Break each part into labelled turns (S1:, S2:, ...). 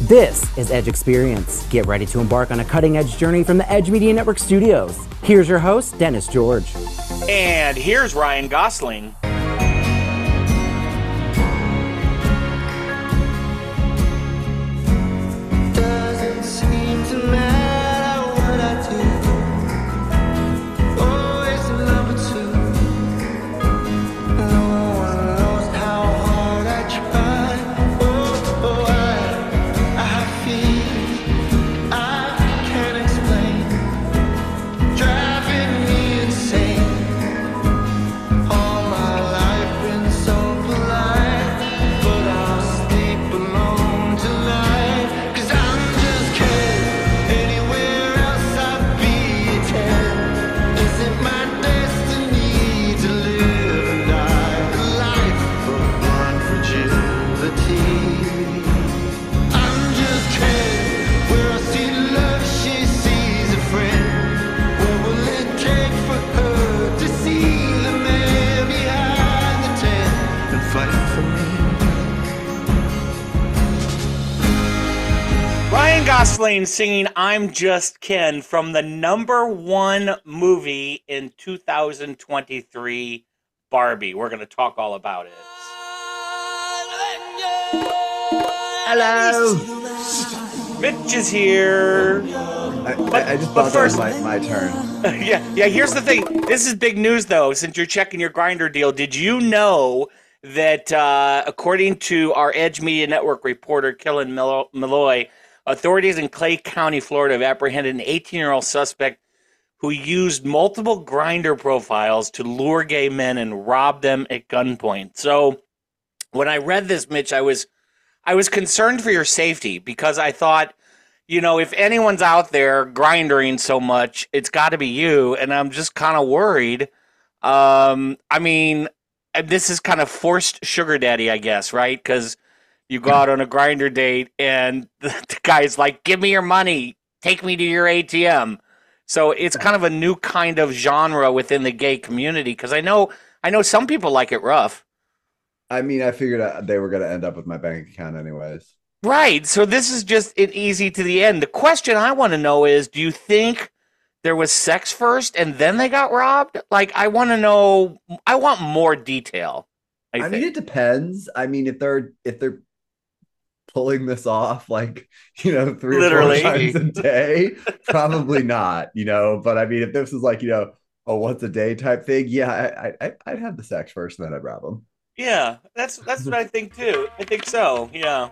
S1: This is Edge Experience. Get ready to embark on a cutting edge journey from the Edge Media Network studios. Here's your host, Dennis George.
S2: And here's Ryan Gosling.
S3: Oh,
S2: Ryan Gosling singing I'm Just Ken from the number one movie in 2023, Barbie. We're going to talk all about it.
S4: Hello.
S2: Mitch is here.
S4: I,
S2: But-
S4: I, I just
S2: but
S4: thought
S2: first-
S4: that was my, my turn.
S2: yeah, yeah. Here's the thing. This is big news, though. Since you're checking your grinder deal, did you know that uh, according to our Edge Media Network reporter Killen Mil- Malloy, authorities in Clay County, Florida, have apprehended an 18-year-old suspect who used multiple grinder profiles to lure gay men and rob them at gunpoint. So, when I read this, Mitch, I was I was concerned for your safety because I thought you know, if anyone's out there grindering so much, it's got to be you. And I'm just kind of worried. Um, I mean, uh, this is kind of forced sugar daddy, I guess, right? Because you go out on a grinder date and the, guy's like, give me your money, take me to your ATM. So it's kind of a new kind of genre within the gay community because I know I know some people like it rough.
S4: I mean, I figured out they were going to end up with my bank account anyways.
S2: Right. So this is just an easy to the end. The question I want to know is do you think there was sex first and then they got robbed? Like I want to know I want more detail. I,
S4: I
S2: think.
S4: mean, it depends. I mean, if they're if they're pulling this off, like you know, three
S2: Literally.
S4: or four times a day, probably not. You know, but I mean, if this is like you know a once a day type thing, yeah, I, I- I I'd have the sex first, and then I'd rob them.
S2: Yeah, that's that's what I think too. I think so. Yeah.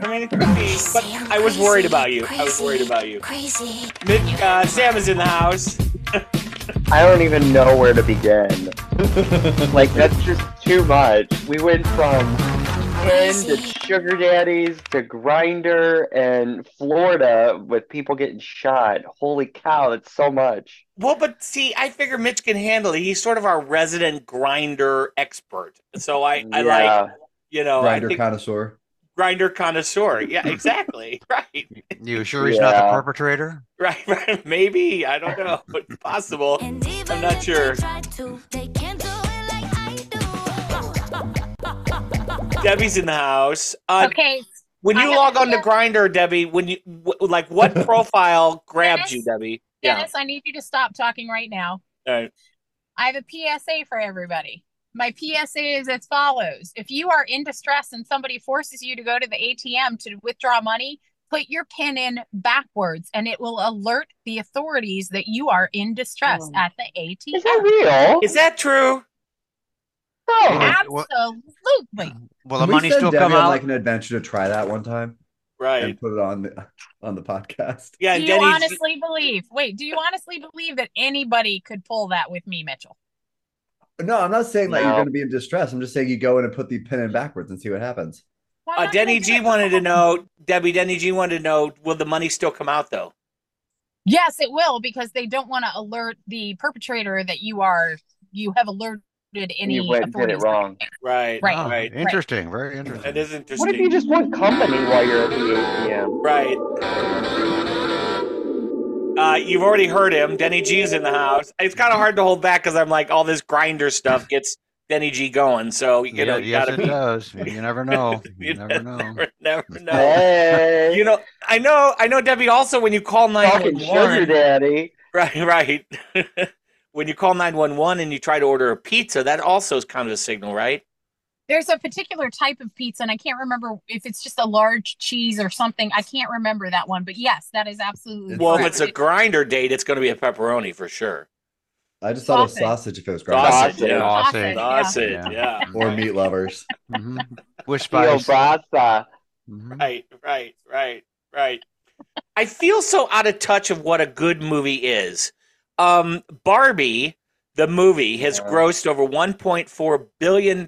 S2: I mean, it could be, but I was worried about you. I was worried about you.
S5: Crazy.
S2: Mitch, uh, Sam is in the house.
S6: I don't even know where to begin. like that's just too much. We went from Ken to sugar daddies to grinder and Florida with people getting shot. Holy cow, that's so much.
S2: Well, but see, I figure Mitch can handle it. He's sort of our resident grinder expert. So I, I
S6: yeah.
S2: like, you know, Oh, I
S4: Grinder
S2: think
S4: connoisseur.
S2: grinder connoisseur. Yeah, exactly. right.
S3: You sure he's not the
S6: Yeah.
S3: perpetrator?
S2: Right, right. Maybe. I don't know. It's possible.
S5: I'm
S2: I'm not sure. Debbie's in the house. Uh,
S7: Okay,
S2: When
S7: I
S2: you
S7: have
S2: log
S7: to
S2: on to
S7: go.
S2: Grinder, Debbie, when you w- like, what profile grabbed you,
S7: Dennis?
S2: Debbie?
S7: Dennis, I need you to stop talking right now.
S2: All right.
S7: I have a PSA for everybody. My PSA is as follows If you are in distress and somebody forces you to go to the ATM to withdraw money, put your PIN in backwards and it will alert the authorities that you are in distress at the ATM.
S6: Oh. Is that real?
S2: Is that true?
S3: Wait, what-
S7: Absolutely.
S3: Will the
S4: We
S3: money
S4: send
S3: still
S4: Debbie
S3: come
S4: on,
S3: out?
S4: Like an adventure to try that one time
S2: Right.
S4: and put it on the on the podcast.
S2: Yeah,
S7: Do
S2: and
S7: you
S2: Denny's.
S7: honestly believe? Wait, do you honestly believe that anybody could pull that with me, Mitchell?
S4: No, I'm not saying that you're
S6: No.
S4: going to be in distress. I'm just saying you go in and put the pin in backwards and see what happens.
S7: Why
S2: uh,
S7: not
S2: Denny
S7: gonna
S2: G
S7: do it?
S2: wanted to know, Debbie, Denny G wanted to know, will the money still come out though?
S7: Yes, it will because they don't want to alert the perpetrator that you are you have alerted any
S6: You went and did it
S7: authorities.
S6: wrong.
S2: Right.
S7: Right.
S3: Oh,
S2: Right.
S3: Interesting. Very
S2: That
S3: interesting.
S2: is interesting.
S6: What if you just want company while you're at the ATM?
S2: Right. Uh, you've already heard him. Denny G's in the house. It's kind of hard to hold back because I'm like, all this grinder stuff gets Denny G going. So you know,
S3: Yeah,
S2: you
S3: yes,
S2: gotta
S3: it
S2: be.
S3: does. You never know.
S2: You
S3: You never know.
S2: Never, never know.
S6: Hey,
S2: You know, I know, I know, Debbie. Also, when you call nine
S6: talking
S2: one
S6: sugar
S2: one,
S6: daddy.
S2: right, right. when you call nine one one and you try to order a pizza, that also is kind of a signal, right?
S7: There's a particular type of pizza, and I can't remember if it's just a large cheese or something. I can't remember that one, but yes, that is absolutely.
S2: Well, if
S7: correct.
S2: it's a grinder date, it's going to be a pepperoni for sure.
S4: I just thought of
S7: Sausage.
S4: sausage if it was
S2: Sausage.
S4: garlic
S2: yeah.
S7: Sausage, yeah.
S2: Sausage,
S3: Yeah.
S2: yeah.
S4: or meat lovers.
S3: hmm With
S6: Yo,
S3: spice.
S6: brasa.
S3: Mhm.
S2: Right, right, right, right. I feel so out of touch of what a good movie is. Um, Barbie, the movie, has
S6: Yeah.
S2: grossed over $1.4 billion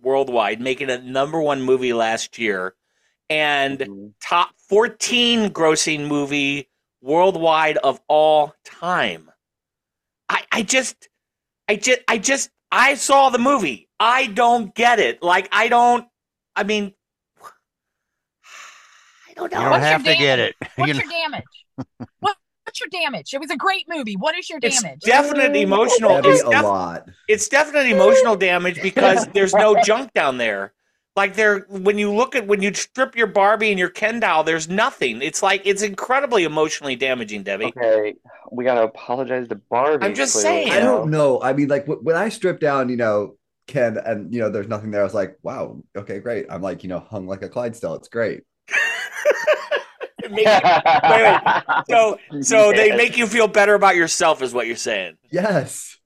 S2: worldwide, making it number one movie last year and top 14 grossing movie worldwide of all time. I, I just, I just, I just, I saw the movie. I don't get it. Like, I don't, I mean, I don't know.
S3: You don't
S7: What's your
S3: have to get
S7: damage?
S3: it. You know,
S7: What's your damage? what, what's your damage? It was a great movie. What is your
S2: It's
S7: damage?
S2: definite emotional.
S4: Debbie
S2: It's,
S4: a
S2: def-
S4: lot.
S2: it's definite emotional damage because there's no junk down there. Like there, when you look at when you strip your Barbie and your Ken doll, there's nothing. It's like it's incredibly emotionally damaging, Debbie.
S6: Mm, Okay, we gotta apologize to Barbie.
S2: I'm just
S6: clearly,
S2: saying.
S4: I
S6: you
S4: don't know. I mean, like wh- when I stripped down, you know, Ken, and you know, there's nothing there. I was like, wow, okay, great. I'm like, you know, hung like a Clydesdale. It's great.
S2: Maybe- so, so they make you feel better about yourself, is what you're saying.
S4: Yes.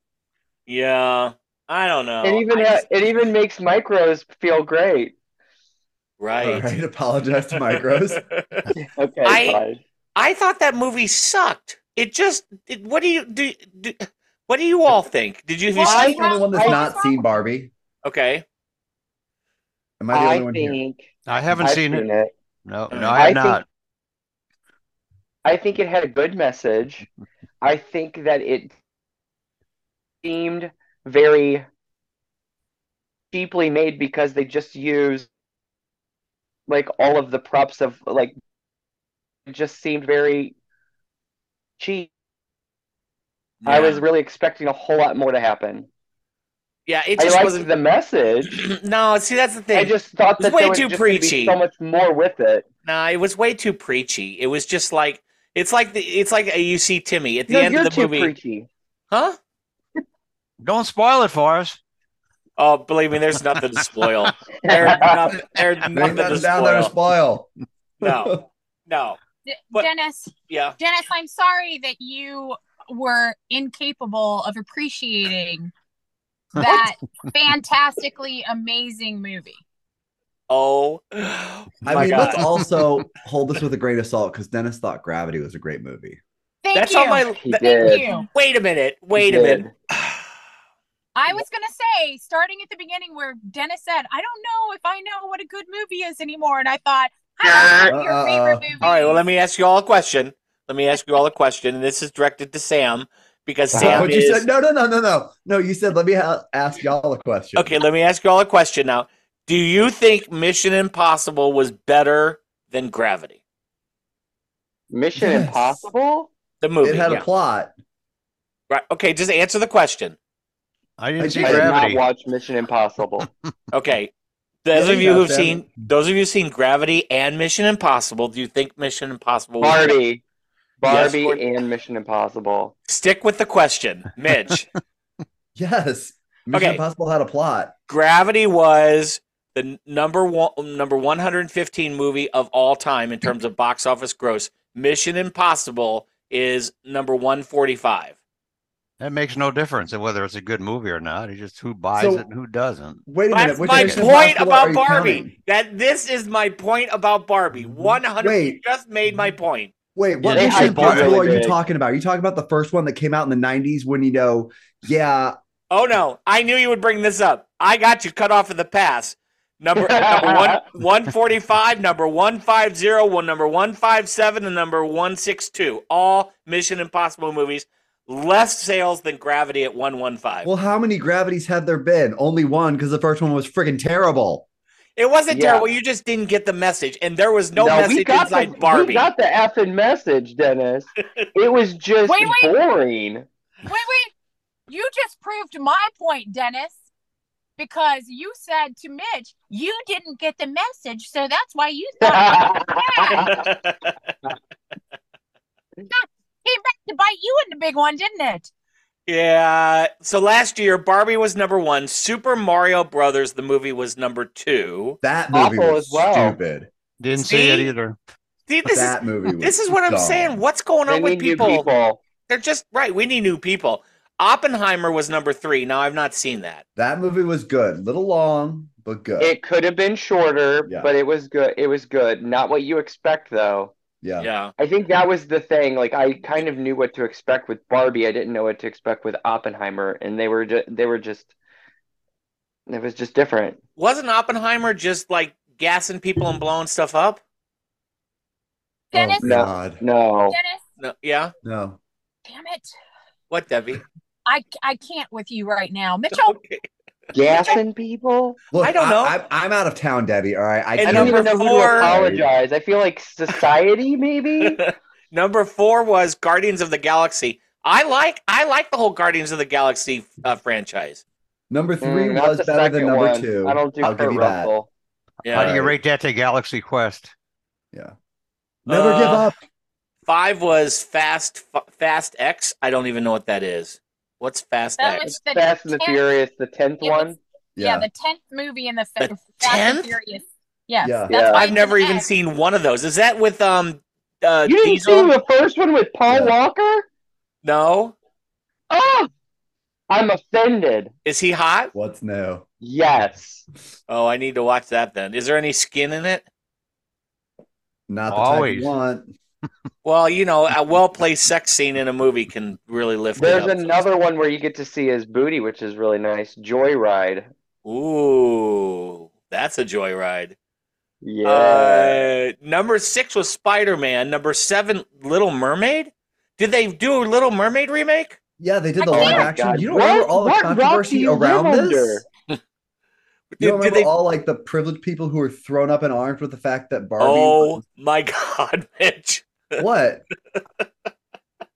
S2: Yeah, I don't know.
S6: It even
S2: I
S6: ha-
S2: just-
S6: it even makes micros feel great.
S4: All
S2: right.
S4: right. Apologize to micros.
S6: Okay,
S2: I-
S6: fine.
S2: I thought that movie sucked. It just. It, what do you do, do? What do you all think? Did you? Have you
S7: Well,
S2: seen
S4: I'm the only one that's
S6: I-
S4: not seen Barbie.
S2: Okay.
S4: Am I the
S6: I
S4: only one here?
S6: think
S3: I haven't
S6: I've
S3: seen it. No, no, I
S6: I
S3: have
S6: think-
S3: not.
S6: I think it had a good message. I think that it seemed very cheaply made because they just used like all of the props of like it just seemed very cheap. I
S2: Yeah.
S6: was really expecting a whole lot more to happen.
S2: Yeah, it
S6: I
S2: just
S6: liked
S2: wasn't.
S6: the message.
S2: no, see, that's the thing.
S6: I just thought
S2: It was
S6: that there
S2: way
S6: was
S2: too
S6: just gonna be
S2: preachy.
S6: so much more with it.
S2: Nah, it was way too preachy. It was just like it's like the it's like uh, you see Timmy at the
S6: No,
S2: end
S6: you're
S2: of the
S6: too
S2: movie,
S6: preachy.
S2: huh?
S3: Don't spoil it for us.
S2: Oh, believe me, there's nothing to spoil. There's nothing, there's
S4: Bring
S2: nothing to
S4: nothing down there to
S2: spoil.
S4: spoil.
S2: No, no,
S7: D-
S2: What-
S7: Dennis,
S2: yeah,
S7: Dennis, I'm sorry that you were incapable of appreciating that fantastically amazing movie.
S2: oh,
S4: I
S2: my
S4: mean,
S2: God.
S4: let's also hold this with a grain of salt because Dennis thought Gravity was a great movie.
S7: Thank
S2: that's
S7: you.
S2: on my.
S6: He
S2: that-
S6: did.
S7: Thank you.
S2: wait a minute. Wait a
S6: did.
S2: minute.
S7: I was gonna say, starting at the beginning where Dennis said, "I don't know if I know what a good movie is anymore," and I thought, "How about your
S4: Uh-uh.
S7: favorite movie?"
S2: All right. Well, let me ask you all a question. Let me ask you all a question, and this is directed to Sam because Sam
S4: But
S2: is.
S4: you said no, no, no, no, no, no. You said let me ha- ask y'all a question.
S2: Okay, let me ask you all a question now. Do you think Mission Impossible was better than Gravity?
S6: Mission
S4: Yes.
S6: Impossible?
S2: The movie.
S4: It had
S2: yeah.
S4: a plot.
S2: right. Okay, just answer the question.
S3: I
S4: I
S3: didn't see
S6: I did not
S3: Gravity.
S6: watch Mission Impossible.
S2: Okay. Those
S4: Yeah,
S2: of
S4: you
S2: you
S4: got
S2: who've
S4: that.
S2: seen those of you who've seen Gravity and Mission Impossible, do you think Mission Impossible was-
S6: Barbie. Barbie
S2: Yes, Gordon.
S6: and Mission Impossible.
S2: Stick with the question. Midge.
S4: Yes. Mission
S2: Okay.
S4: Impossible had a plot.
S2: Gravity was the n- number one number 115 movie of all time in terms of box office gross. Mission Impossible is number 145.
S3: That makes no difference in whether it's a good movie or not. It's just who buys
S4: So-
S3: it and who doesn't.
S4: Wait a
S2: That's
S4: minute. which
S2: my
S4: Mission
S2: point
S4: Impossible are
S2: about
S4: you
S2: Barbie.
S4: counting?
S2: That this is my point about Barbie. One hundred. You
S4: Wait.
S2: just made my point.
S4: Wait, what
S3: Yeah, they
S4: Mission
S6: hyped it really
S4: Impossible are you
S6: big.
S4: talking about? Are you talking about the first one that came out in the 90s when you know, yeah,
S2: Oh no! I knew you would bring this up. I got you cut off in the pass. Number number one one forty five, number one five zero, one number one five seven, and number one six two. All Mission Impossible movies. Less sales than Gravity at one one five.
S4: well, how many gravities have there been? Only one because the first one was freaking terrible.
S2: It wasn't
S6: Yeah.
S2: terrible. You just didn't get the message, and there was no,
S6: we
S2: message
S6: got
S2: inside
S6: the,
S2: Barbie.
S6: We got the effing message, Dennis. It was just
S7: Wait, wait.
S6: boring.
S7: Wait, wait. You just proved my point, Dennis. because you said to Mitch, you didn't get the message, so that's why you thought it was bad. Came back to bite you in the big one, didn't it?
S2: yeah. So last year, Barbie was number one. Super Mario Brothers, the movie, was number two.
S4: That movie
S6: Awful
S4: was
S6: as well.
S4: stupid.
S3: Didn't see it
S2: See?
S3: either.
S2: See, this is
S4: that movie was
S2: this is what I'm
S4: dumb.
S2: saying. What's going
S6: They
S2: on with
S6: need new
S2: people?
S6: people.
S2: They're just right. We need new people. Oppenheimer was number three. Now I've not seen that.
S4: That movie was good. Little long, but good.
S6: It could have been shorter,
S4: Yeah.
S6: but it was good. It was good. Not what you expect, though.
S4: yeah.
S2: Yeah.
S6: I think that was the thing. Like I kind of knew what to expect with Barbie. I didn't know what to expect with Oppenheimer, and they were just they were just it was just different.
S2: Wasn't Oppenheimer just like gassing people and blowing stuff up?
S7: Dennis,
S4: Oh,
S6: No.
S4: God.
S6: No,
S7: Dennis,
S2: No, yeah.
S4: No.
S7: damn it.
S2: What, Debbie?
S7: I, I can't with you right now. Mitchell,
S2: Okay.
S6: gassing people.
S4: Look,
S2: I don't know.
S4: I, am out of town, Debbie. All right. I
S2: And
S6: I
S4: can't-
S6: don't even
S2: number
S6: know who to
S2: four-
S6: apologize. I feel like society, maybe.
S2: Number four was Guardians of the Galaxy. I like I like the whole Guardians of the Galaxy uh, franchise.
S4: Number three
S6: Mm,
S4: was
S6: that's the
S4: better than
S6: second
S4: number
S6: one.
S4: two.
S6: I don't do
S4: I'll give
S6: Kurt
S4: you that.
S6: Russell.
S3: How do
S2: Yeah. Uh,
S3: you
S4: Alright.
S3: rate that to Galaxy Quest?
S4: Never give
S2: Uh,
S4: up.
S2: Five was Fast F- Fast X. I don't even know what that is. What's Fast
S7: that
S2: X?
S7: was the
S6: Fast and the
S7: tenth-
S6: Furious, the tenth
S7: It was-
S6: one.
S7: Yeah,
S4: Yeah.
S7: the tenth movie in the
S2: The
S7: fa- Fast and
S2: 10th?
S7: Furious. Yes,
S4: Yeah.
S7: that's
S6: Yeah.
S7: why
S2: I've
S7: it's
S2: never
S7: an
S2: even
S7: X.
S2: seen one of those. Is that with um uh
S6: You didn't
S2: Diesel?
S6: see the first one with
S4: Yeah.
S6: Paul Walker?
S2: no.
S6: Oh, I'm offended.
S2: Is he hot?
S4: What's new?
S6: Yes.
S2: Oh, I need to watch that then. Is there any skin in it?
S4: Not the type
S3: Always.
S4: you want.
S2: Well, you know, a well placed sex scene in a movie can really lift
S6: There's
S2: it up.
S6: another one where you get to see his booty, which is really nice. Joyride.
S2: Ooh, that's a joyride.
S6: Yeah.
S2: Uh, number six was Spider Man. Number seven, Little Mermaid. Did they do a Little Mermaid remake?
S4: Yeah, they did
S7: I
S4: the
S7: can't.
S4: live action.
S6: Oh God,
S4: You don't
S6: what-
S4: remember all the
S6: what rock do
S4: controversy
S6: you live
S4: around
S6: under?
S4: this? You
S2: Did,
S4: don't
S2: did
S4: remember
S2: they?
S4: all like the privileged people who were thrown up in arms with the fact that Barbie
S2: oh my God, Mitch!
S4: what?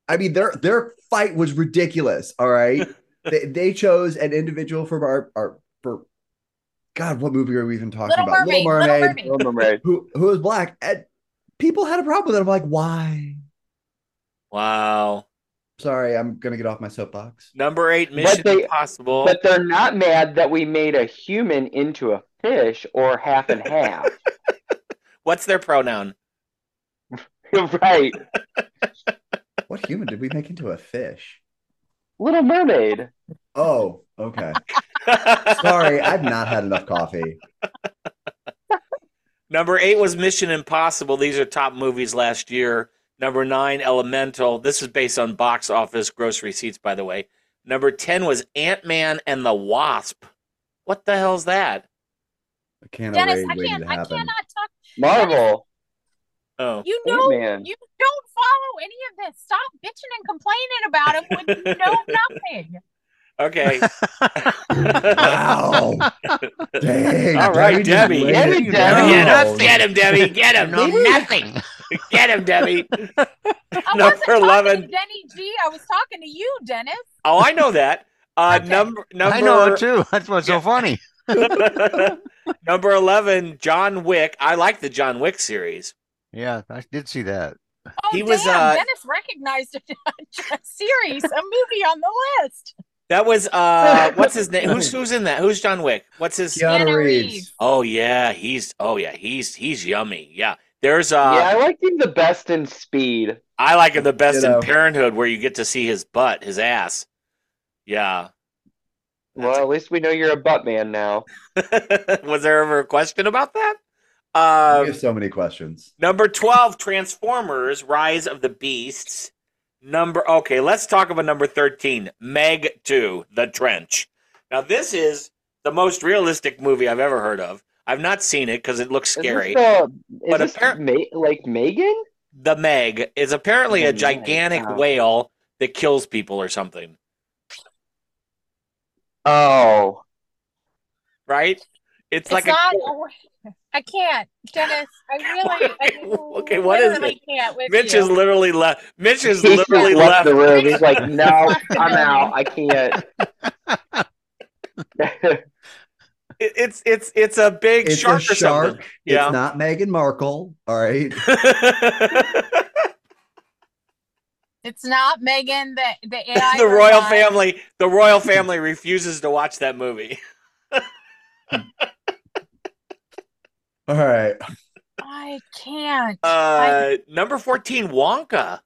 S4: I mean, their their fight was ridiculous. All right, they, they chose an individual from our, our for God, what movie are we even talking
S7: Little
S4: about?
S7: Mermaid, Little Mermaid.
S6: Little Mermaid.
S4: who who was black, and people had a problem with it. I'm like, why?
S2: Wow.
S4: Sorry, I'm gonna get off my soapbox.
S2: Number eight, Mission
S6: they-
S2: Impossible.
S6: But they're not mad that we made a human into a fish or half and half.
S2: What's their pronoun?
S6: right.
S4: What human did we make into a fish?
S6: Little Mermaid.
S4: Oh, okay. Sorry, I've not had enough coffee.
S2: Number eight was Mission Impossible. These are top movies last year. Number nine, Elemental. This is based on box office gross receipts, by the way. Number 10 was Ant Man and the Wasp. What the hell's that?
S4: I can't
S7: Dennis,
S4: wait
S7: I
S4: waiting
S7: can't.
S4: to
S7: I cannot
S4: happen.
S7: talk.
S6: Marvel.
S2: Oh.
S7: You know,
S6: Ant-Man.
S7: you don't follow any of this. Stop bitching and complaining about him when you know nothing.
S2: Okay.
S4: Wow. Dang.
S2: All right, Debbie.
S4: you
S6: Get
S4: laid
S6: it,
S4: down.
S6: Debbie.
S2: Get him, get him, Debbie. Get him.
S3: No, nothing.
S2: Get him, Debbie.
S7: I
S2: Number
S7: wasn't talking
S2: 11.
S7: to Denny G. I was talking to you, Dennis.
S2: Oh, I know that. Uh,
S7: Okay.
S2: number, number,
S3: I know it too. That's what's so funny.
S2: number 11, John Wick. I like the John Wick series.
S3: Yeah, I did see that.
S7: Oh,
S2: He was,
S7: damn,
S2: uh,
S7: Dennis recognized a, a series, a movie on the list.
S2: That was uh, what's his name? Who's who's in that? Who's John Wick? What's his?
S4: Keanu
S7: Keanu
S4: Reeves.
S7: Reeves.
S2: Oh yeah, he's oh yeah, he's he's yummy. Yeah, there's uh,
S6: yeah, I liked him the best in Speed.
S2: I like him the best
S4: Ditto.
S2: in Parenthood, where you get to see his butt, his ass. Yeah.
S6: Well, at least we know you're a butt man now.
S2: was there ever a question about that?
S4: We
S2: Um,
S4: have so many questions.
S2: number twelve, Transformers: Rise of the Beasts. Number okay, let's talk about number thirteen, Meg Two: The Trench. Now this is the most realistic movie I've ever heard of. I've not seen it because it looks scary.
S6: Is this, uh, is
S2: But
S6: this
S2: appar-
S6: Ma- like Megan?
S2: the Meg is apparently a
S6: The Meg,
S2: gigantic
S6: wow.
S2: whale that kills people or something,
S6: Oh,
S2: right? It's,
S7: It's,
S2: like
S7: not.
S2: a
S7: I I can't, Dennis. I really. I
S2: Okay, what is
S7: literally Can't with
S2: Mitch
S7: you.
S2: is literally left. Mitch is
S6: he just
S2: literally
S6: left
S2: left.
S6: the room. He's like, no,
S7: Left the
S6: I'm
S7: room.
S6: out. I can't.
S2: It- It's it's it's a big
S4: It's
S2: shark
S4: a
S2: or something.
S4: shark. It's not Meghan Markle. All right.
S2: Yeah.
S7: It's not Megan the the AI
S2: the royal
S7: robot.
S2: family the royal family refuses to watch that movie.
S4: All right.
S7: I can't.
S2: Uh number 14 Wonka.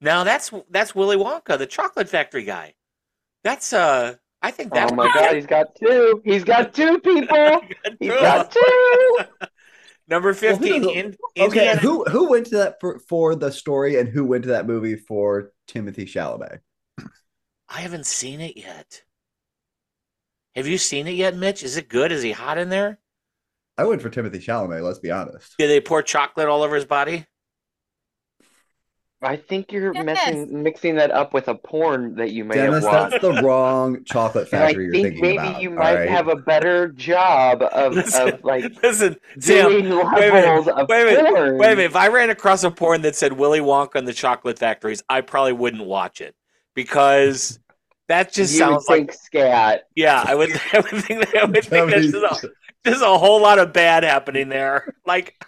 S2: Now that's that's Willy Wonka, the chocolate factory guy. That's uh I think that's
S6: Oh my god, he's got two. He's got two people. He's got two.
S2: Number 15
S4: doesn't-
S2: in,
S4: Okay.
S2: Indiana-
S4: Who who went to that for, for the story and who went to that movie for Timothy Chalamet?
S2: I haven't seen it yet. Have you seen it yet, Mitch? Is it good? Is he hot in there?
S4: I went for Timothy Chalamet. Let's be honest.
S2: Do they pour chocolate all over his body?
S6: I think you're
S7: Yes.
S6: messing, mixing that up with a porn that you may
S4: Dennis,
S6: have watched.
S4: that's the wrong chocolate
S6: And I
S4: factory
S6: think
S4: you're thinking
S6: maybe
S4: about.
S6: you
S4: all
S6: might
S4: right?
S6: have a better job of, of like
S2: Listen, Sam,
S6: doing
S2: wait a minute,
S6: levels of
S2: wait a minute,
S6: porn.
S2: Wait a minute. If I ran across a porn that said Willy Wonka and the Chocolate Factories, I probably wouldn't watch it because that just
S6: you
S2: sounds
S6: think
S2: like
S6: scat.
S2: yeah. I would, I would think that, I would think
S4: Timothy-
S2: there's, just a, there's a whole lot of bad happening there. Like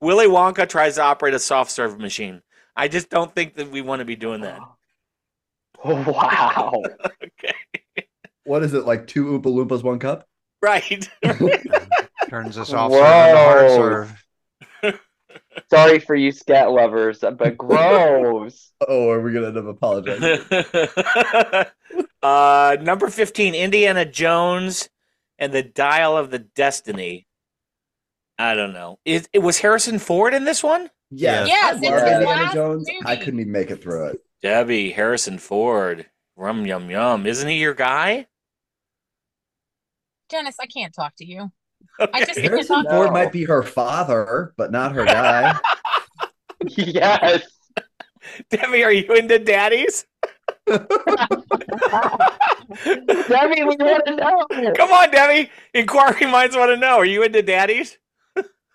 S2: Willy Wonka tries to operate a soft serve machine. I just don't think that we want to be doing that.
S6: Oh. wow.
S4: what is it like? Two Oompa Loompas, one cup.
S2: Right.
S3: Turns us off serve into hard
S6: Whoa.
S3: serve.
S6: Sorry for you scat lovers, but gross.
S4: Oh, are we gonna end up apologizing?
S2: uh, number 15, Indiana Jones and the Dial of the Destiny. I don't know. Is it was Harrison Ford in this one?
S4: Yes,
S7: Yes,
S4: I
S7: it's
S4: love
S6: his
S4: Indiana
S7: last
S4: Jones. I
S7: movie.
S4: couldn't even make it through it.
S2: Debbie Harrison Ford. Rum yum yum. Isn't he your guy?
S4: e-
S7: Dennis, I can't talk to you.
S2: Okay.
S7: I just can't
S4: Harrison
S7: talk.
S4: Ford
S6: No.
S4: might be her father, but not her guy.
S6: yes.
S2: Debbie, are you into daddies?
S6: Debbie, we want to know.
S2: Come on, Debbie. Inquiring minds want to know. Are you into daddies?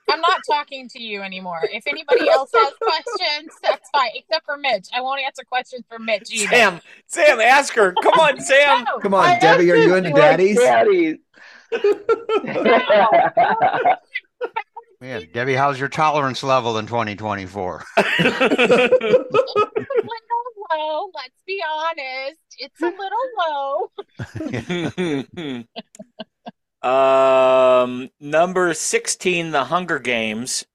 S7: I'm not talking to you anymore. If anybody else has questions, that's fine. Except for Mitch, I won't answer questions for Mitch either.
S2: Sam, Sam, ask her. Come on, Sam.
S7: No,
S4: Come on,
S6: I
S4: Debbie, are
S6: asked
S4: you
S6: if
S4: into
S6: she liked
S4: daddies?
S6: daddies.
S3: Yeah, Debbie, how's your tolerance level in 2024?
S7: it's a little low. Let's be honest. It's a little low.
S2: um, number 16, The Hunger Games,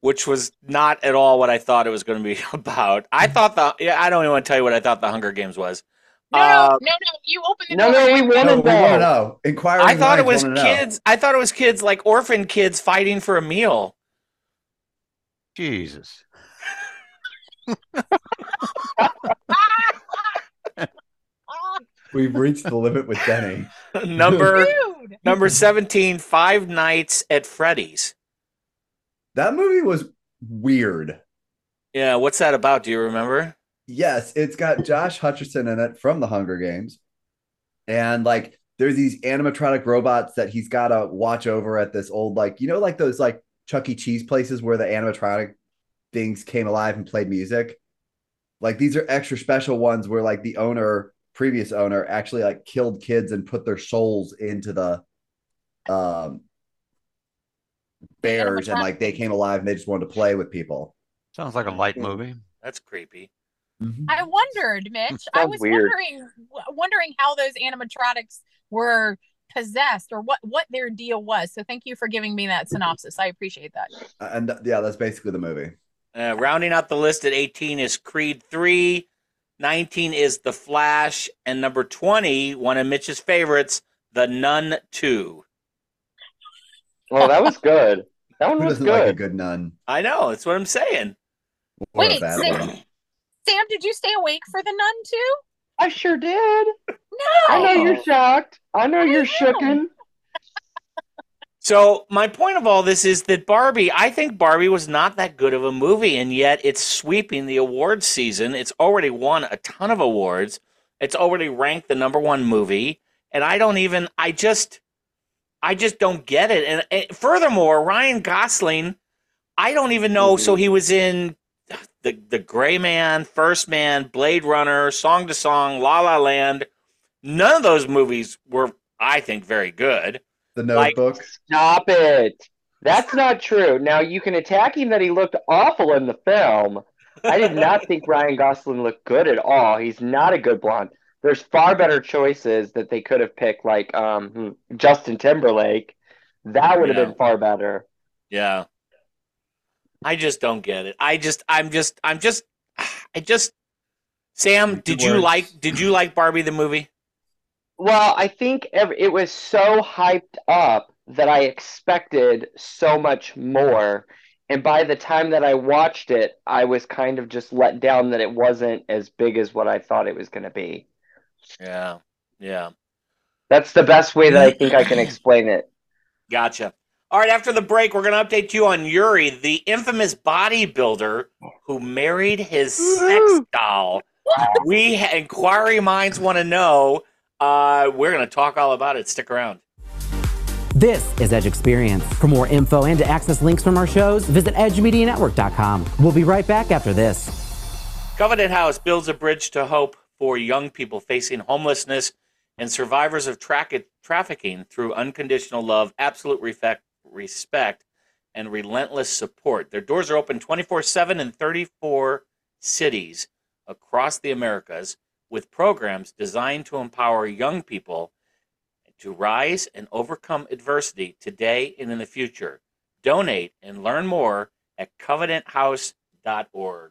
S2: which was not at all what I thought it was going to be about. I thought the, yeah, I don't even want to tell you what I thought The Hunger Games was.
S7: No,
S2: Uh,
S7: no, no, no. You open the
S6: No,
S7: door.
S6: no, we want
S4: No,
S6: to
S4: we want to
S6: know.
S4: know. Inquiring
S2: I thought it was
S4: minds wanna know.
S2: kids. I thought it was kids like orphan kids fighting for a meal.
S3: Jesus.
S7: Ah,
S4: We've reached the limit with Denny.
S6: Er.
S2: number
S7: dude.
S2: number 17, Five Nights at Freddy's.
S4: That movie was weird.
S2: Yeah, what's that about? Do you remember?
S4: Yes, it's got Josh Hutcherson in it from The Hunger Games, and like there's these animatronic robots that he's got to watch over at this old like you know like those like Chuck E. Cheese places where the animatronic things came alive and played music. Like these are extra special ones where like the owner, previous owner, actually like killed kids and put their souls into the um bears and like they came alive and they just wanted to play with people.
S3: Sounds like a light movie.
S2: That's creepy.
S7: I wondered, Mitch. I
S6: Sounds
S7: was
S6: weird.
S7: wondering, w- wondering how those animatronics were possessed or what what their deal was. So thank you for giving me that synopsis. I appreciate that.
S4: And yeah, that's basically the movie.
S2: Uh, rounding out the list at 18 is Creed 3, 19 is The Flash, and number 20, one of Mitch's favorites, The Nun 2.
S6: Well, that was good. That one
S4: Who
S6: was
S4: doesn't like a
S6: good.
S4: good nun?
S2: I know, that's what I'm saying.
S4: Or a
S7: Wait,
S4: bad
S7: so-
S4: one.
S7: Sam, did you stay awake for the nun too?
S6: I sure did.
S7: No.
S6: I know you're shocked. I know you're shooken.
S2: So, my point of all this is that Barbie, I think Barbie was not that good of a movie, and yet it's sweeping the awards season. It's already won a ton of awards, it's already ranked the number one movie. And I don't even, I just, I just don't get it. And, and furthermore, Ryan Gosling, I don't even know. So he was in the the Gray Man, First Man, Blade Runner, Song to Song, La La Land, None of those movies were, I think, very good.
S4: The
S2: Like-
S4: notebook.
S6: Stop it. That's not true. Now you can attack him that he looked awful in the film. I did not think Ryan Gosling looked good at all. He's not a good blonde. There's far better choices that they could have picked, like um, Justin Timberlake. That would have
S2: Yeah.
S6: been far better.
S2: Yeah. I just don't get it. I just I'm just I'm just I just Sam,
S4: Two
S2: did you
S4: words.
S2: like did you like Barbie the movie?
S6: Well, I think ev it was so hyped up that I expected so much more. And by the time that I watched it, I was kind of just let down that it wasn't as big as what I thought it was going to be.
S2: Yeah. Yeah.
S6: That's the best way that I think I can explain it.
S2: Gotcha. All right, after the break, we're going to update you on Yuri, the infamous bodybuilder who married his sex doll. We ha- inquiry minds want to know. Uh, we're going to talk all about it. Stick around.
S1: This is Edge Experience. For more info and to access links from our shows, visit edgemedianetwork.com. We'll be right back after this.
S2: Covenant House builds a bridge to hope for young people facing homelessness and survivors of track- trafficking through unconditional love, absolute refec- respect, and relentless support. Their doors are open 24 7 in 34 cities across the Americas with programs designed to empower young people to rise and overcome adversity today and in the future. Donate and learn more at covenanthouse.org.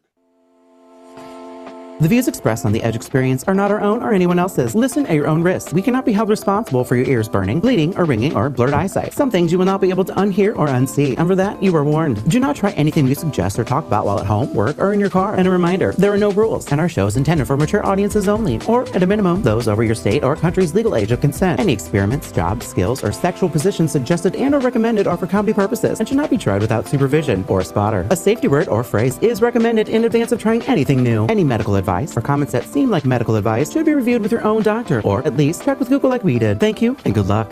S1: The views expressed on the Edge Experience are not our own or anyone else's. Listen at your own risk. We cannot be held responsible for your ears burning, bleeding, or ringing, or blurred eyesight. Some things you will not be able to unhear or unsee, and for that, you are warned. Do not try anything we suggest or talk about while at home, work, or in your car. And a reminder, there are no rules, and our show is intended for mature audiences only, or at a minimum, those over your state or country's legal age of consent. Any experiments, jobs, skills, or sexual positions suggested and or recommended are for comedy purposes and should not be tried without supervision or a spotter. A safety word or phrase is recommended in advance of trying anything new. Any medical advice or comments that seem like medical advice should be reviewed with your own doctor or at least check with Google like we did. Thank you and good luck.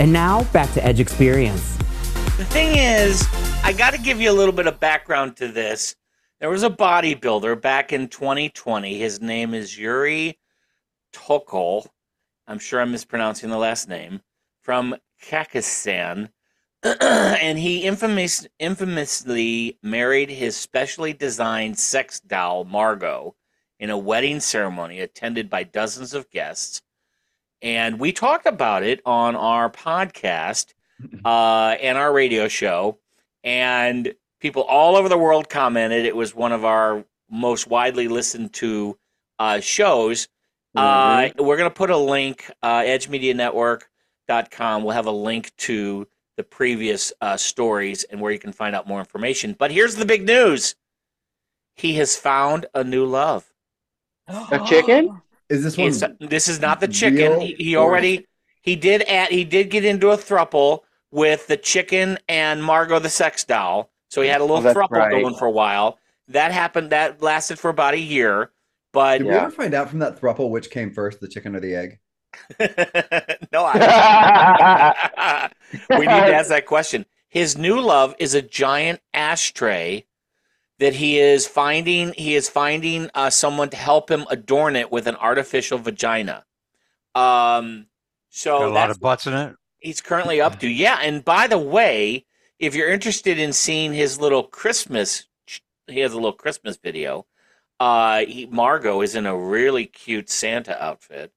S1: And now back to Edge Experience.
S2: The thing is, I got to give you a little bit of background to this. There was a bodybuilder back in 2020. His name is Yuri Tokol. I'm sure I'm mispronouncing the last name from Kazakhstan. and he infamous, infamously married his specially designed sex doll, Margot, in a wedding ceremony attended by dozens of guests. And we talked about it on our podcast uh, and our radio show, and people all over the world commented. It was one of our most widely listened to uh, shows. Uh, we're going to put a link, uh, edgemedianetwork.com. We'll have a link to the previous uh, stories and where you can find out more information. But here's the big news he has found a new love.
S6: A chicken?
S4: Is this one?
S2: It's, this is not the chicken.
S4: real
S2: He, he
S4: or-
S2: already he did at he did get into a thruple with the chicken and Margot the sex doll. So he had a little
S6: Oh, that's
S2: thruple
S6: right.
S2: going for a while. That happened. That lasted for about a year. But
S4: Did we
S6: Yeah.
S4: ever find out from that thruple which came first, the chicken or the egg?
S2: no, I. we need to ask that question. His new love is a giant ashtray that he is finding. He is finding uh, someone to help him adorn it with an artificial vagina. Um, so
S3: Got a lot
S2: that's
S3: of butts in it.
S2: he's currently up to. Yeah, and by the way, if you're interested in seeing his little Christmas, he has a little Christmas video. Uh, he, Margot is in a really cute Santa outfit.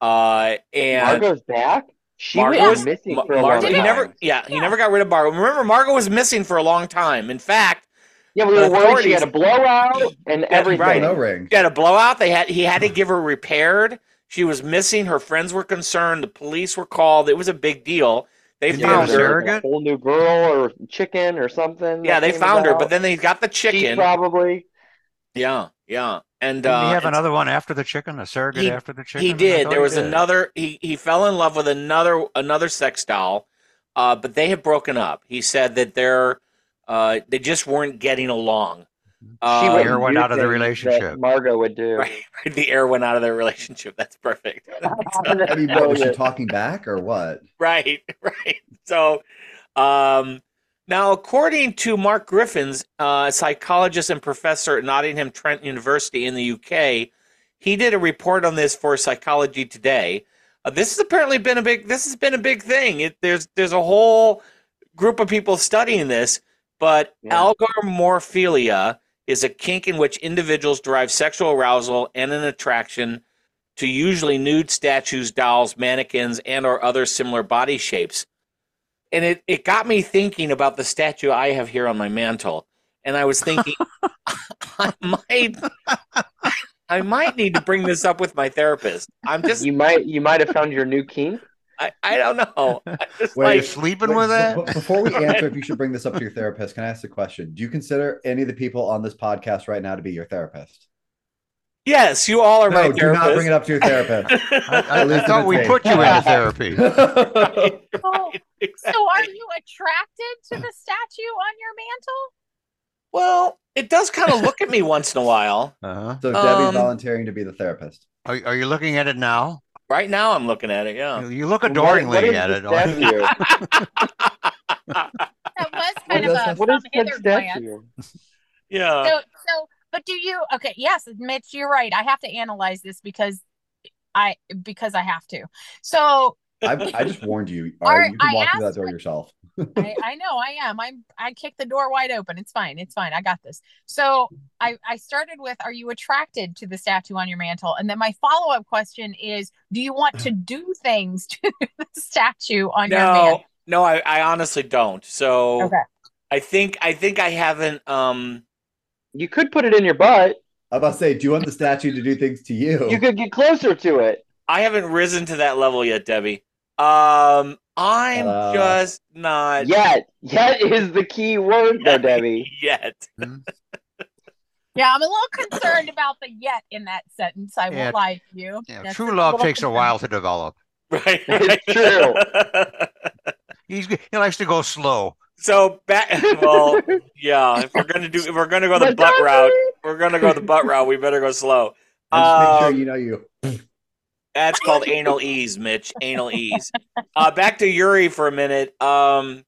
S2: Uh, and
S6: Margo's back? She
S2: Margo's-
S6: was missing
S2: Ma-
S6: for a long
S2: Margot-
S7: long
S2: he
S6: time.
S2: never, yeah, he
S7: Yeah.
S2: never got rid of Margot. Remember, Margot was missing for a long time. In fact,
S6: Yeah, we were worried she
S2: Authorities-
S6: had a blowout and everything.
S2: right.
S4: No ring.
S2: she had a blowout. They had he had to give her repaired. She was missing. Her friends were concerned. The police were called. It was a big deal. They
S3: Did you
S2: found
S3: get
S2: her.
S3: surrogate?
S6: A whole new girl or chicken or something.
S2: Yeah,
S6: that
S2: they
S6: came
S2: found her, but
S6: about.
S2: then they got the
S6: She
S2: chicken.
S6: probably.
S2: Yeah, yeah, and
S3: Didn't
S2: uh,
S3: he have
S2: and
S3: another one after the chicken? A surrogate
S2: He-
S3: after the chicken?
S2: He
S3: I
S2: did.
S3: thought
S2: There was
S3: did.
S2: another. He he fell in love with another another sex doll, uh, but they had broken up. He said that they're uh, they just weren't getting along.
S6: She
S2: Uh,
S6: would
S3: Air went
S6: do
S3: out of the
S6: Um, things that
S3: relationship.
S6: Margo would do.
S2: Right, the air went out of their relationship. That's perfect.
S4: I mean, what, was she talking back or what?
S2: right, right. So, um, now according to Mark Griffins, uh, psychologist and professor at Nottingham Trent University in the UK, He did a report on this for Psychology Today. Uh, this has apparently been a big. This has been a big thing. It, there's there's a whole group of people studying this, but
S6: Yeah.
S2: algormorphilia is a kink in which individuals derive sexual arousal and an attraction to usually nude statues, dolls, mannequins, and or other similar body shapes. And it, it got me thinking about the statue I have here on my mantle. And I was thinking I might I might need to bring this up with my therapist. I'm just
S6: You might you might have found your new king.
S2: I, I don't know. I'm just
S4: Wait,
S2: like
S3: Sleeping
S4: Wait,
S3: with that?
S4: be- Before we answer, if you should bring this up to your therapist, can I ask a question? Do you consider any of the people on this podcast right now to be your therapist?
S2: yes, you all are my
S4: No, do
S2: therapist.
S4: not bring it up to your therapist.
S3: I, I- I
S4: Elizabeth
S3: thought we
S4: Tate.
S3: put you into therapy.
S7: Oh, so are you attracted to the statue on your mantle?
S2: Well, it does kind of look at me once in a while.
S3: Uh-huh.
S4: so
S2: Um,
S4: Debbie's volunteering to be the therapist.
S3: Are, are you looking at it now?
S2: Right now, I'm looking at it. Yeah.
S3: You- You look
S6: Oh. What- what
S3: adoringly
S6: is
S3: at
S6: the
S3: it.
S6: statue?
S7: That was kind of
S4: does
S7: a
S4: that-
S6: What is
S7: some
S6: that
S7: hither glance.
S6: statue?
S2: Yeah.
S7: So, so, but do you? Okay, yes, Mitch, you're right. I have to analyze this because I because I have to. So
S4: I, I just warned you.
S7: All
S4: All right,
S7: right,
S4: you can
S7: I
S4: walk through that
S7: asked
S4: door
S7: what-
S4: yourself.
S7: I, I know I am. I'm. I kick the door wide open. It's fine. It's fine. I got this. So I I started with, are you attracted to the statue on your mantle? And then my follow up question is, do you want to do things to the statue on your
S2: no,
S7: mantle?
S2: no, I, I honestly don't. So
S7: Okay.
S2: I think I think I haven't. Um,
S6: You could put it in your butt.
S4: I was about to say, do you want the statue to do things to you?
S6: You could get closer to it.
S2: I haven't risen to that level yet, Debbie. Um, I'm
S4: Uh,
S2: just not
S6: Yet, yet is the key word, though, Debbie.
S2: yet.
S7: Yeah, I'm a little concerned about the yet in that sentence. I
S3: Yeah.
S7: won't lie to you.
S3: Yeah,
S7: That's
S3: true love
S7: little
S3: takes a
S7: concerning.
S3: while to develop.
S2: Right. right.
S6: It's true.
S3: He's, he likes to go slow.
S2: so back. Well, yeah. If we're gonna do, if we're gonna go the
S6: But
S2: butt
S6: Debbie-
S2: route, if we're gonna go the butt route. We better go slow.
S4: And just make
S2: Um,
S4: sure you know you.
S2: That's called anal ease, Mitch. Anal ease. Uh, back to Yuri for a minute. Um,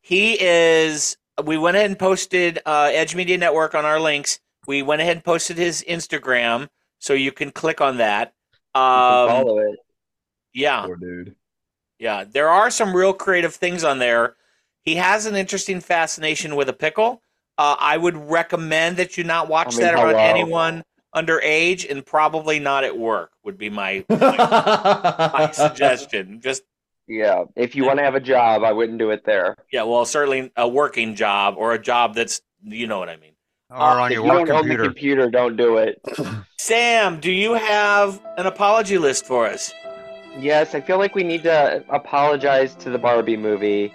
S2: he is. We went ahead and posted uh, Edge Media Network on our links. We went ahead and posted his Instagram, so you can click on that.
S6: You can
S2: Um,
S6: follow it.
S2: yeah,
S4: Poor dude.
S2: yeah. There are some real creative things on there. He has an interesting fascination with a pickle. Uh, I would recommend that you not watch
S6: mean,
S2: that around
S6: hello.
S2: anyone underage, and probably not at work. Would be my my suggestion. Just
S6: Yeah. If you want to have a job, I wouldn't do it there.
S2: yeah, well, certainly a working job or a job that's you know what I mean.
S3: Or
S2: Uh,
S3: on
S6: If
S3: your
S6: Oh, you
S3: work
S6: don't own the
S3: computer.
S6: computer, don't do it.
S2: Sam, do you have an apology list for us?
S6: Yes, I feel like we need to apologize to the Barbie movie.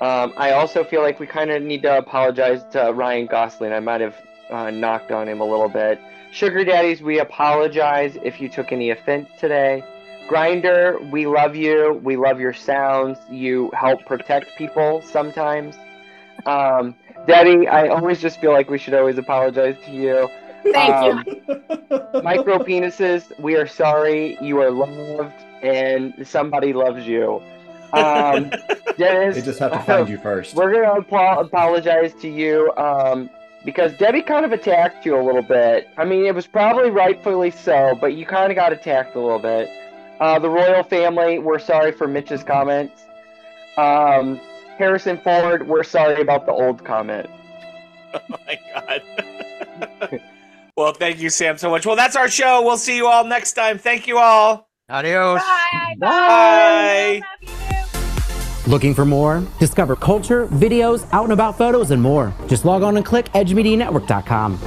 S6: Um, I also feel like we kind of need to apologize to Ryan Gosling. I might have uh, knocked on him a little bit. Sugar Daddies, we apologize if you took any offense today. Grinder, we love you. We love your sounds. You help protect people sometimes. Um, Daddy, I always just feel like we should always apologize to you.
S7: Thank you.
S6: Um, micro penises we are sorry you are loved and somebody loves you um dennis uh,
S4: They just have to find you first.
S6: we're gonna apo- apologize to you um because debbie kind of attacked you a little bit i mean it was probably rightfully so but you kind of got attacked a little bit uh the royal family we're sorry for mitch's comments um harrison ford we're sorry about the old comment
S2: Oh my god. well, thank you, Sam, so much. Well, that's our show. We'll see you all next time. Thank you all.
S3: Adios.
S7: Bye.
S2: Bye.
S7: Love you.
S1: Looking for more? Discover culture, videos, out and about photos, and more. Just log on and click edgemedianetwork.com.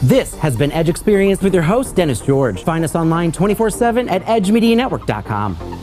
S1: This has been Edge Experience with your host, Dennis George. Find us online 24 7 at edgemedianetwork.com.